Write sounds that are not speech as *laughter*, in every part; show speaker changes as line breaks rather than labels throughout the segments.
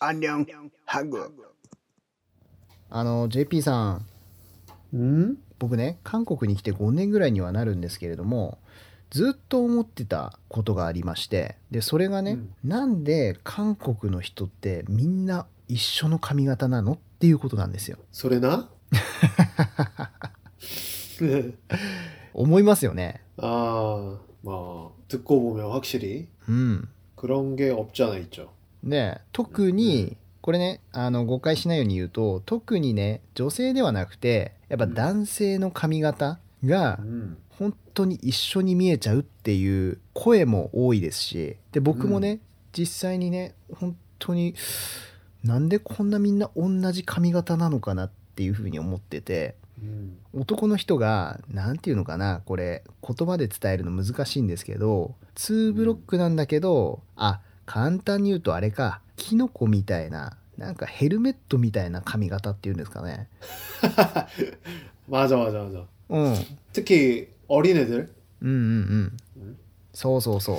안녕 한국
あの JP さん
ん
僕ね韓国に来て5年ぐらいにはなるんですけれどもずっと思ってたことがありましてでそれがね、
うん
なんで韓国の人ってみんな一緒の髪型なのっていうことなんですよ。
それ *laughs* な
思いますよね。
아, 뭐 듣고 보면 확실히
うん。
그런 게 없잖아 있죠.
で特にこれねあの誤解しないように言うと特にね女性ではなくてやっぱ男性の髪型が
음,
本当に一緒に見えちゃうっていう声も多いですしで僕もね、実際にね本当になんでこんなみんな同じ髪型なのかなっていうふうに思ってて
음,
男の人が何て言うのかなこれ言葉で伝えるの難しいんですけど2ブロックなんだけど、あ簡単に言うとあれかキノコみたいななんかヘルメットみたいな髪型っていうんですかね
맞아 맞아 맞아.
うんうん
특히 어린애들
うんうん
うん
そうそうそう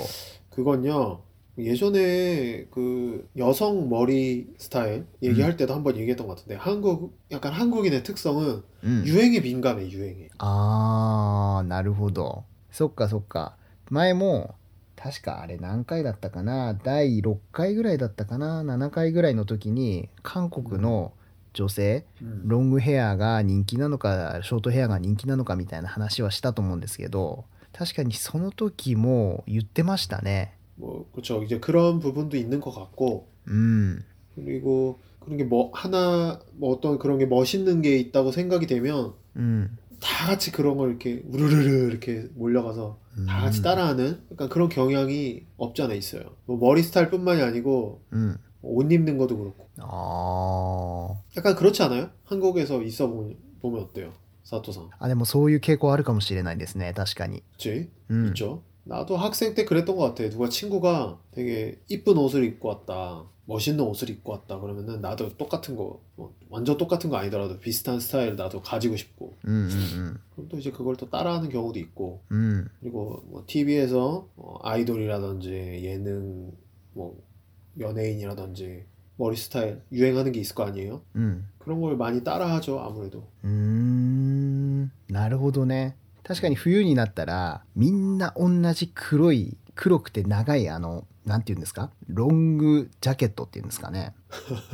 그건요 예전에 그 여성 머리 스타일 얘기할 때도 한번 얘기했던 것 같은데 한국 약간 한국인의 특성은
うん、
유행에 민감해 유행에.
あーなるほどそっかそっか前も確かあれ何回だったかな第6回ぐらいだったかな7回ぐらいの時に韓国の女性
음,
ロングヘアが人気なのかショートヘアが人気なのかみたいな話はしたと思うんですけど確かにその時も言ってましたね
뭐 그렇죠 이제 그런 부분도 있는 것 같고
うん、
그리고 그런 게 뭐 하나 뭐 어떤 그런 게 멋있는 게 있다고 생각이 되면
うん、
다 같이 그런 걸 이렇게 우르르르 이렇게 몰려가서 다
음.
같이 따라하는 약간 그런 경향이 없지 않아 있어요. 뭐 머리 스타일뿐만이 아니고
うん、
옷 입는 것도 그렇고
あー
약간 그렇지 않아요? 한국에서 있어 보- 보면 어때요? 사토상
あでもそういう傾向あるかもしれないですね確かに、
그치?
うん、
있죠? 나도 학생 때 그랬던 것 같아. 누가 친구가 되게 이쁜 옷을 입고 왔다. 멋있는 옷을 입고 왔다. 그러면은 나도 똑같은 거, 뭐 완전 똑같은 거 아니더라도 비슷한 스타일 나도 가지고 싶고.
うんうん
그럼 또 이제 그걸 또 따라하는 경우도 있고.
うんうん
그리고 뭐 TV에서 아이돌이라든지 예능 뭐 연예인이라든지 머리 스타일 유행하는 게 있을 거 아니에요?
うん
그런 걸 많이 따라하죠 아무래도
うーんなるほどね確かに冬になったらみんな同じ黒い黒くて長いあのなんて言うんですかロングジャケットっていうんですかね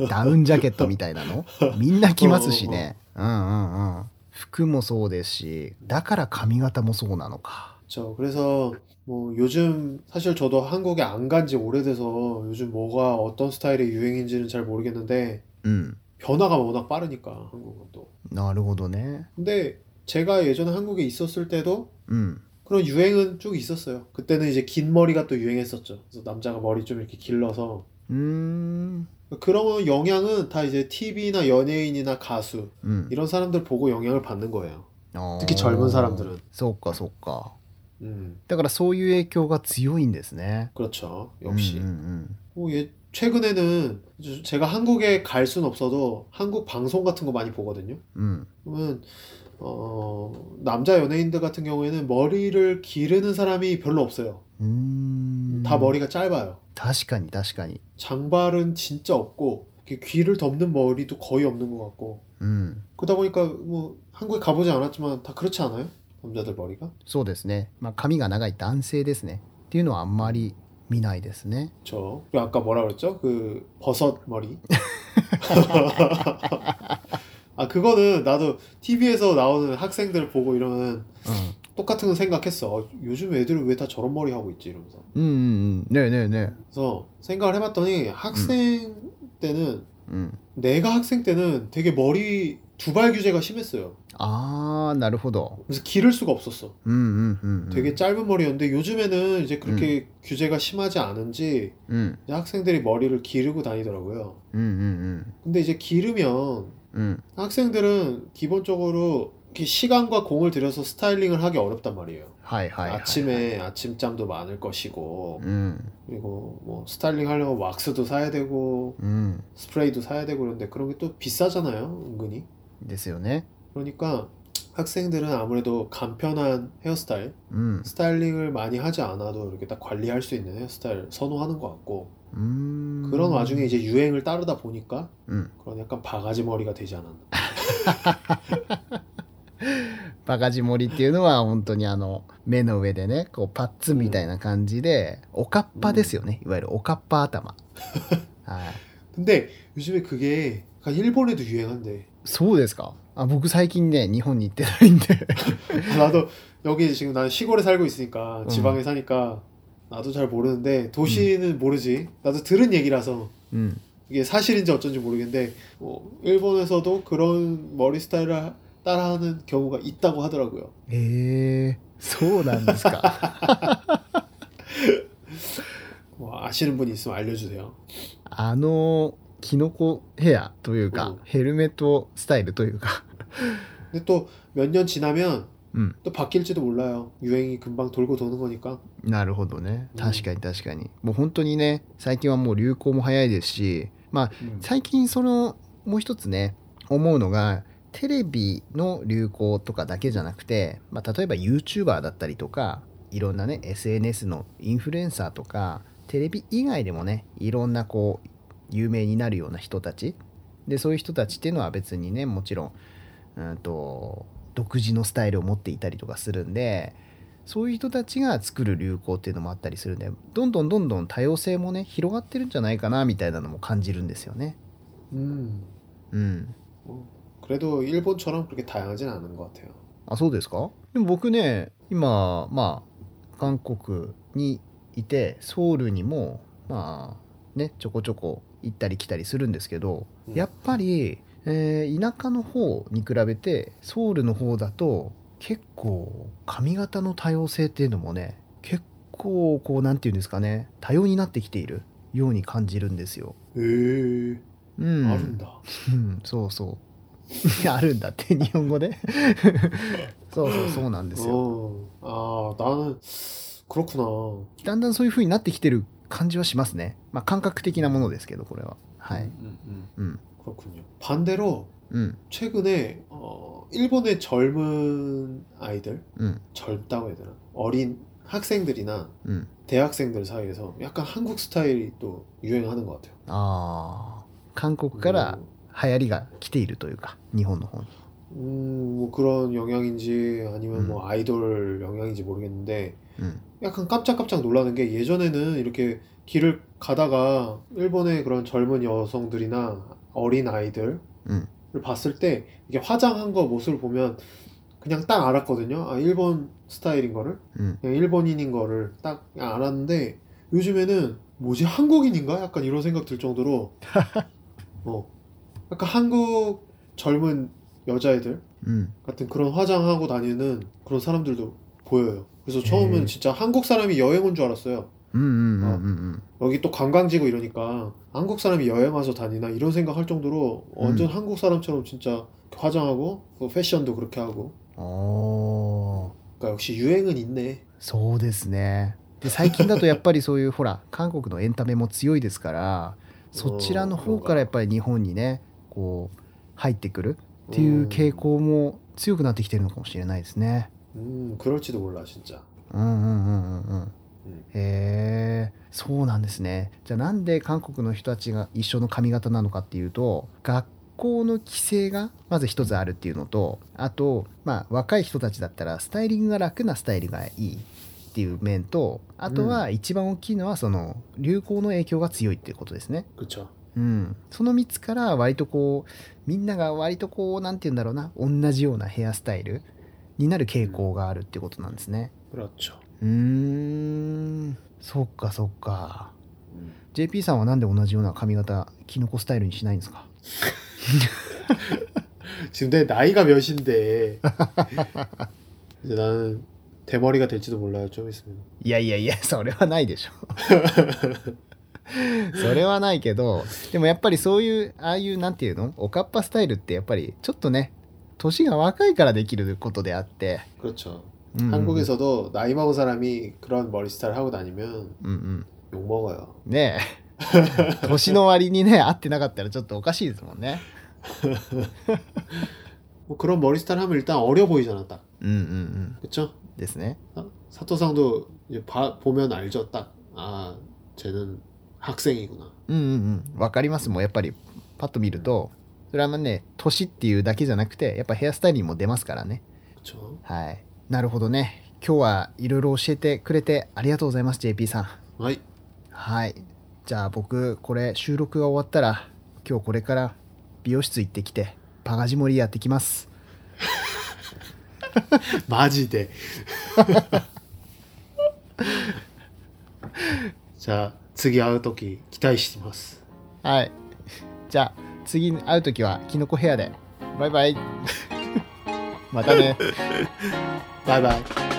ダウンジャケットみたいなのみんな着ますしねうんうんうん服もそうですしだから髪型もそうなのか
저 그래서 뭐 요즘 사실 저도 한국에 안 간 지 오래돼서 요즘 뭐가 어떤 스타일의 유행인지는 잘 모르겠는데
うん
변화가 워낙 빠르니까 한국은 또
なるほどね
근데 제가 예전에 한국에 있었을 때도
うん
그런 유행은 쭉 있었어요 그때는 이제 긴 머리가 또 유행했었죠 그래서 남자가 머리 좀 이렇게 길러서
うーん
그런 영향은 다 이제 TV나 연예인이나 가수
うん
이런 사람들 보고 영향을 받는 거예요.
あー
특히 젊은 사람들은.
そうかそうか
음,
だからそういう影響が強いんですね
그렇죠. 역시.
うんうんうん、
어, 예, 최근에는 이제 제가 한국에 갈 순 없어도 한국 방송 같은 거 많이 보거든요.
うん、
그러면 어, 남자 연예인들 같은 경우에는 머리를 기르는 사람이 별로 없어요.
うーん
다 머리가 짧아요.
確かに確かに
장발은 진짜 없고 이렇게 귀를 덮는 머리도 거의 없는 것 같고
うん、
그러다 보니까 뭐 한국에 가보지 않았지만 다 그렇지 않아요? 남자들 머리가?
そうですね、まあ、髪が長い男性ですねっていうのはあんまり見ないですね
저 아까 뭐라 그랬죠? 그 버섯 머리. *laughs* 아 그거는 나도 TV에서 나오는 학생들 보고 이러면 똑같은 거 생각했어. 어, 요즘 애들은 왜 다 저런 머리 하고 있지 이러면서.
うん、うんうんうんねえねえね
그래서 생각을 해봤더니 학생 때는
えうん、
내가 학생 때는 되게 머리 두발 규제가 심했어요.
あーなるほど
그래서 기를 수가 없었어.
うんうんうんうん
되게 짧은 머리였는데 요즘에는 이제 그렇게 규제가 심하지 않은지
うん、
이제 학생들이 머리를 기르고 다니더라고요.
うんうん
근데 이제 기르면
うんうん、
학생들은 기본적으로 이렇게 시간과 공을 들여서 스타일링을 하기 어렵단 말이에요. 음.
はいはいはい、
아침에 아침잠도 많을 것이고
うん、
그리고 뭐 스타일링 하려면 왁스도 사야 되고
うん、
스프레이도 사야 되고 그런데 그런 게 또 비싸잖아요, 은근히.
ですよね
그러니까 학생들은 아무래도 간편한 헤어스타일,
음.
스타일링을 많이 하지 않아도 이렇게 딱 관리할 수 있는 헤어스타일 선호하는 것 같고
음.
그런 와중에 이제 유행을 따르다 보니까
음.
그런 약간 바가지 머리가 되지 않았나.
バカジモリっていうのは本当にあの目の上でねこうパッツンみたいな感じで、おかっぱですよね、いわゆるおかっぱ *laughs* 頭はい
근데 요즘에 그게 약간 일본에도 유행한데
そうですかあ僕最近ね日本に行ってないんで
아, *laughs* 나도 여기 지금 난 시골에 살고
음.
있으니까 지방에 사니까 나도 잘 모르는데 도시는
음.
모르지 나도 들은 얘기라서
うん、
이게 사실인지 어쩐지 모르겠는데 뭐 일본에서도 그런 머리 스타일을 하- 따라하는 경우가 있다고 하더라고요.
えー、そうなんです *laughs* か
뭐 아시는 분이 있으면 알려주세요.
あのキノコヘアという
う
か
ん
ヘルメットスタイルというか
근데 또 몇 년 지나면
음.
또 바뀔지도 몰라요. 유행이 금방 돌고 도는 거니까.
なるほどね
うん
確かに確かに、もう本当にね最近はもう流行も早いですしまあ最近そのもう一つね思うのがテレビの流行とかだけじゃなくて、まあ、例えば YouTuber だったりとかいろんなね SNS のインフルエンサーとかテレビ以外でもねいろんなこう有名になるような人たちでそういう人たちっていうのは別にねもちろんうんと独自のスタイルを持っていたりとかするんでそういう人たちが作る流行っていうのもあったりするんでどんどんどんどん多様性もね広がってるんじゃないかなみたいなのも感じるんですよね。
음.
うん。
그래도 일본처럼 그렇게 다양하진 않은 것 같아요.
あ、そうですかでも僕ね、今、まあ、韓国にいて、ソウルにも、まあ、ね、ちょこちょこ行ったり来たりするんですけど、
うん
やっぱり、えー田舎の方に比べて、ソウルの方だと、結構、髪型の多様性っていうのもね、結構、こう、なんていうんですかね、多様になってきているように感じるんですよ。
에이,
うん。
아른다.
うん、そうそう。 *laughs* あるんだって、日本語で。 *laughs* そうそう、そうなんですよ。
어, 아, 나는 그렇구나.
だんだんそういう風になってきてる感じはしますね。まあ、感覚的なものですけど、これは。はい。
음, 음, 음.
음.
그렇군요. 반대로
うん、
최근에 어, 일본의 젊은 아이들,
うん、
젊다고 해야 되나? 어린 학생들이나
うん。
대학생들 사이에서 약간 한국 스타일이 또 유행하는 것 같아요.
ああ。韓国から流行りが来ているというか、日本の方に。
음, 뭐 그런 영향인지 아니면
음.
뭐 아이돌 영향인지 모르겠는데
うん、
약간 깜짝깜짝 놀라는 게 예전에는 이렇게 길을 가다가 일본의 그런 젊은 여성들이나 어린 아이들을
음.
봤을 때 이게 화장한 거 모습을 보면 그냥 딱 알았거든요. 아, 일본 스타일인 거를.
うん。
그냥 일본인인 거를 딱 알았는데 요즘에는 뭐지 한국인인가 약간 이런 생각 들 정도로
*laughs*
어 약간 한국 젊은 여자애들
うん、
같은 그런 화장하고 다니는 그런 사람들도 보여요. 그래서 처음엔
음.
진짜 한국 사람이 여행 온 줄 알았어요.
うん、うん、うん、うんうん。
여기 또 관광지고 이러니까 한국 사람이 여행 와서 다니나 이런 생각 할 정도로 완전 한국 사람처럼 진짜 화장하고 또 패션도 그렇게 하고.
おー。
그러니까 역시 유행은 있네.
そうですねで最近だとやっぱりそういうほら *laughs* 韓国のエンタメも強いですからそちらの方からやっぱり日本にねこう入ってくるっていう傾
음.
向も強くなってきてるのかもしれないですね。
음, 그럴지도 몰라 진짜.
うんうんうんうんうん
うん
へえそうなんですねじゃあなんで韓国の人たちが一緒の髪型なのかっていうと学校の規制がまず一つあるっていうのとあとまあ若い人たちだったらスタイリングが楽なスタイルがいいっていう面とあとは一番大きいのはその流行の影響が強いっていうことですね。
그렇죠.
うん、その3つから割とこうみんなが割とこうなんて言うんだろうな同じようなヘアスタイルになる傾向があるってことなんですね。
그렇죠.
うーんそっかそっか JP さんはなんで同じような髪型キノコスタイルにしないんですか
지금 내 나이가 몇인데 *laughs* 이제 나는 대머리가 될지도 몰라요. 좀 있으면.
いやいやいやそれはないでしょ *laughs* それはないけどでもやっぱりそういうああいうなんていうのおかっぱスタイルってやっぱりちょっとね年が若いからできることであって、
그렇죠.
うんうん
한국에서도 나이 먹은 사람이 그런 머리 스타일 하고 다니면
うんうん
욕 먹어요.
ねえ年の割にね合ってなかったらちょっとおかしいですもんね
뭐 그런 머리 스타일 하면 일단 어려 보이잖아 딱
うんうんうん
그쵸?
ですね
아, 사토상도 이제 봐- 보면 알죠 딱 아 쟤는 학생이구나
うんうんうんわかりますもうやっぱりパッと見るとそれはまあね年っていうだけじゃなくてやっぱヘアスタイルにも出ますからね
그쵸?
はいなるほどね今日はいろいろ教えてくれてありがとうございます JP さん
아이 *laughs*
はいじゃあ僕これ収録が終わったら今日これから美容室行ってきてパガジモリやってきます
마지대 *laughs* 자次会う時期待してます
はいじゃあ次に会う時はキノコヘアでバイバイ *laughs* またね
バイバイ